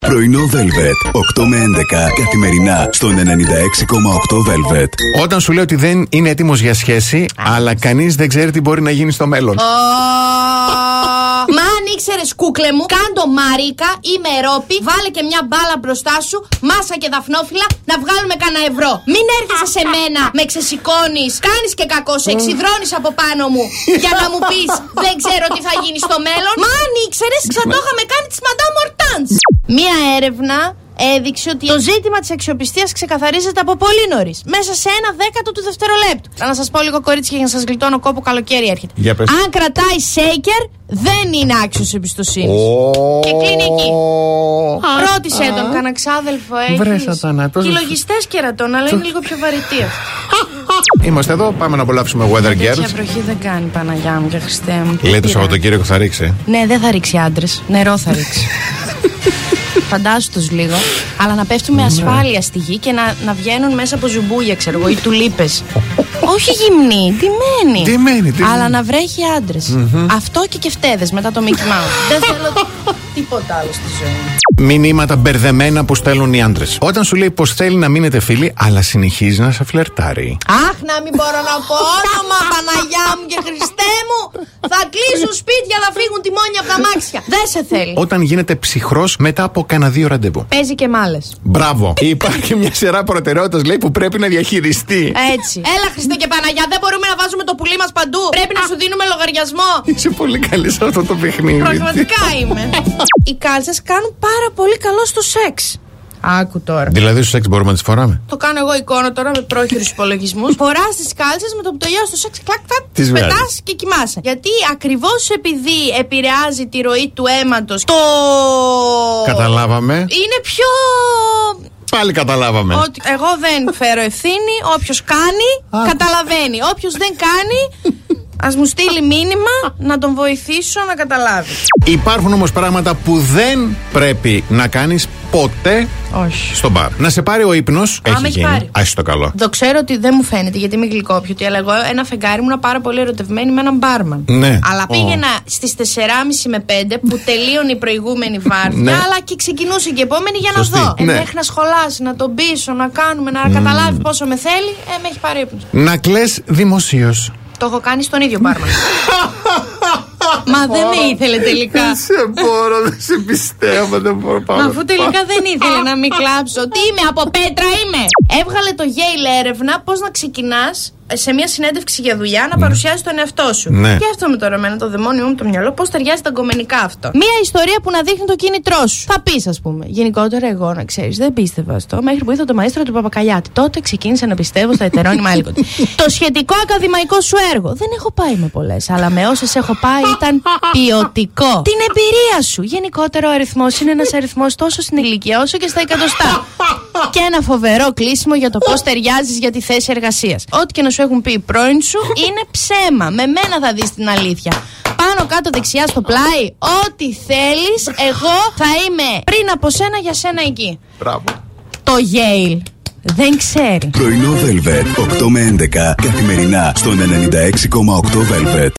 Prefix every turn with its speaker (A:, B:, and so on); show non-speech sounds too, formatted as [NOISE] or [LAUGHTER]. A: Πρωινό Velvet. 8 με 11 καθημερινά στον 96,8 Velvet.
B: Όταν σου λέω ότι δεν είναι έτοιμος για σχέση, αλλά κανείς δεν ξέρει τι μπορεί να γίνει στο μέλλον.
C: Μα αν ήξερες, κούκλε μου, κάντο μαρίκα ή μερόπι, βάλε και μια μπάλα μπροστά σου, μάσα και δαφνόφυλλα, να βγάλουμε κανένα ευρώ. Μην έρχεσαι σε μένα, με ξεσηκώνεις, κάνεις και κακό, σε εξυδρώνει από πάνω μου. Για να μου πεις, δεν ξέρω τι θα γίνει στο μέλλον. Μα αν ήξερες, θα το είχαμε κάνει τη Μαντάμ Ορτάν. Μία έρευνα έδειξε ότι το ζήτημα της αξιοπιστίας ξεκαθαρίζεται από πολύ νωρίς. Μέσα σε ένα δέκατο του δευτερολέπτου. Να σας πω λίγο κορίτσια για να σας γλιτώνω κόπο, καλοκαίρι έρχεται.
B: Για πες.
C: Αν κρατάει σέικερ, δεν είναι άξιος εμπιστοσύνης. Και κλείνει εκεί. Ρώτησε τον καναξάδελφο, έχει.
B: Βρε, σατανά, τόσο-
C: Και λογιστέ κερατών, αλλά είναι λίγο πιο βαρυτή αυτή.
B: Είμαστε εδώ, πάμε να απολαύσουμε Weather
C: Τέτοια
B: Girls.
C: βροχή δεν κάνει Παναγιά μου και Χριστέ μου.
B: Λέει το
C: Πήρα.
B: Σαββατοκύριακο θα ρίξει.
C: Ναι, δεν θα ρίξει άντρες. Νερό θα ρίξει. Φαντάσου τους λίγο. Αλλά να πέφτουν με ασφάλεια στη γη και να, να βγαίνουν μέσα από ζουμπούγια, ξέρω εγώ, ή τουλίπες. Όχι γυμνή, ντυμένη.
B: Ντυμένη, ντυμένη.
C: Αλλά να βρέχει άντρες. Αυτό και κεφτέδες μετά το Mickey Mouse. δεν θέλω τίποτα άλλο στη ζωή μου.
B: Μηνύματα μπερδεμένα που στέλνουν οι άντρες. Όταν σου λέει πως θέλει να μείνετε φίλοι, αλλά συνεχίζει να σε φλερτάρει.
C: Αχ, να μην μπορώ να πω όνομα, Παναγιά μου και Χριστέ μου. Θα κλείσουν σπίτια, θα φύγουν τιμόνια από τα μάξια. Δεν σε θέλει.
B: Όταν γίνεται ψυχρός μετά από κανένα δύο ραντεβού.
C: Παίζει και μάλες.
B: Μπράβο. Υπάρχει μια σειρά προτεραιότητας λέει που πρέπει να διαχειριστεί.
C: Έτσι. Έλα, Χριστέ και Παναγιά, δεν μπορούμε να βάζουμε το πουλί μας παντού. Πρέπει να σου δίνουμε [LAUGHS] λογαριασμό.
B: Είσαι πολύ καλή σε αυτό το παιχνίδι.
C: Πραγματικά είμαι. Οι κάλτσες κάνουν πάρα πολύ καλό στο σεξ. Άκου τώρα.
B: Δηλαδή, στο σεξ μπορούμε να τις φοράμε.
C: Το κάνω εγώ εικόνα τώρα με πρόχειρους [LAUGHS] υπολογισμούς. Φοράς τις κάλτσες με το που τελειώσει το σεξ, κλακ, κλακ,
B: Τις
C: τις πετά
B: βγάζεις.
C: και κοιμάσαι. Γιατί ακριβώς επειδή επηρεάζει τη ροή του αίματος, το.
B: Καταλάβαμε.
C: Είναι πιο.
B: Πάλι καταλάβαμε.
C: Ότι εγώ δεν φέρω ευθύνη. Όποιος κάνει, καταλαβαίνει. Όποιος δεν κάνει, ας μου στείλει μήνυμα να τον βοηθήσω να καταλάβει.
B: Υπάρχουν όμως πράγματα που δεν πρέπει να κάνεις ποτέ
C: Όχι.
B: στο μπαρ. Να σε πάρει ο ύπνος.
C: με
B: Έχει
C: έχει
B: γίνει.
C: πάρει.
B: Άσε το καλό.
C: Το ξέρω ότι δεν μου φαίνεται γιατί είμαι γλυκόπιωτη, αλλά εγώ ένα φεγγάρι ήμουν πάρα πολύ ερωτευμένη με έναν μπάρμαν.
B: Ναι.
C: Αλλά
B: Ω.
C: πήγαινα στις 4.30 με 5 που τελείωνε η προηγούμενη βάρδια,
B: Ναι.
C: αλλά και ξεκινούσε και η επόμενη για να
B: Σωστή.
C: δω. Ε,
B: Ναι.
C: Μέχρι να σχολάσει, να τον πείσω, να κάνουμε, να καταλάβει πόσο με θέλει, ε, με έχει πάρει ύπνος.
B: Να κλαις δημοσίως.
C: Το έχω κάνει στον ίδιο μπάρμαν. Μα δεν με ήθελε τελικά.
B: σε μπορώ, δεν σε πιστεύω, δεν μπορώ
C: Μα
B: πάνω.
C: αφού τελικά δεν ήθελε να μην κλάψω. Τι είμαι, από πέτρα είμαι. Έβγαλε το Yale έρευνα πώς να ξεκινάς σε μια συνέντευξη για δουλειά να παρουσιάζει τον εαυτό σου.
B: Ναι.
C: Σκέφτομαι τώρα εμένα το δαιμόνιό μου το μυαλό πώς ταιριάζει τα γκομενικά αυτό. Μια ιστορία που να δείχνει το κίνητρό σου. Θα πεις, ας πούμε. Γενικότερα, εγώ να ξέρεις, δεν πίστευα αυτό μέχρι που είδα το μαέστρο του Παπακαλιάτη. Τότε ξεκίνησα να πιστεύω στα ετερόνιμα [LAUGHS] έλκον. το σχετικό ακαδημαϊκό σου έργο. Δεν έχω πάει με πολλές, αλλά με όσες έχω πάει ήταν [LAUGHS] ποιοτικό. Την εμπειρία σου. Γενικότερα, ο αριθμός είναι ένας αριθμός τόσο στην ηλικία όσο και στα εκατοστά. [LAUGHS] και ένα φοβερό κλείσιμο για το πώς ταιριάζεις για τη θέση εργασίας. Ό,τι και να σου έχουν πει οι πρώην σου είναι ψέμα. Με μένα θα δεις την αλήθεια. Πάνω κάτω δεξιά στο πλάι, ό,τι θέλεις, εγώ θα είμαι πριν από σένα για σένα εκεί.
B: Μπράβο.
C: Το Yale δεν ξέρει.
A: Πρωινό Velvet. 8 με 11 καθημερινά στον 96,8 Velvet.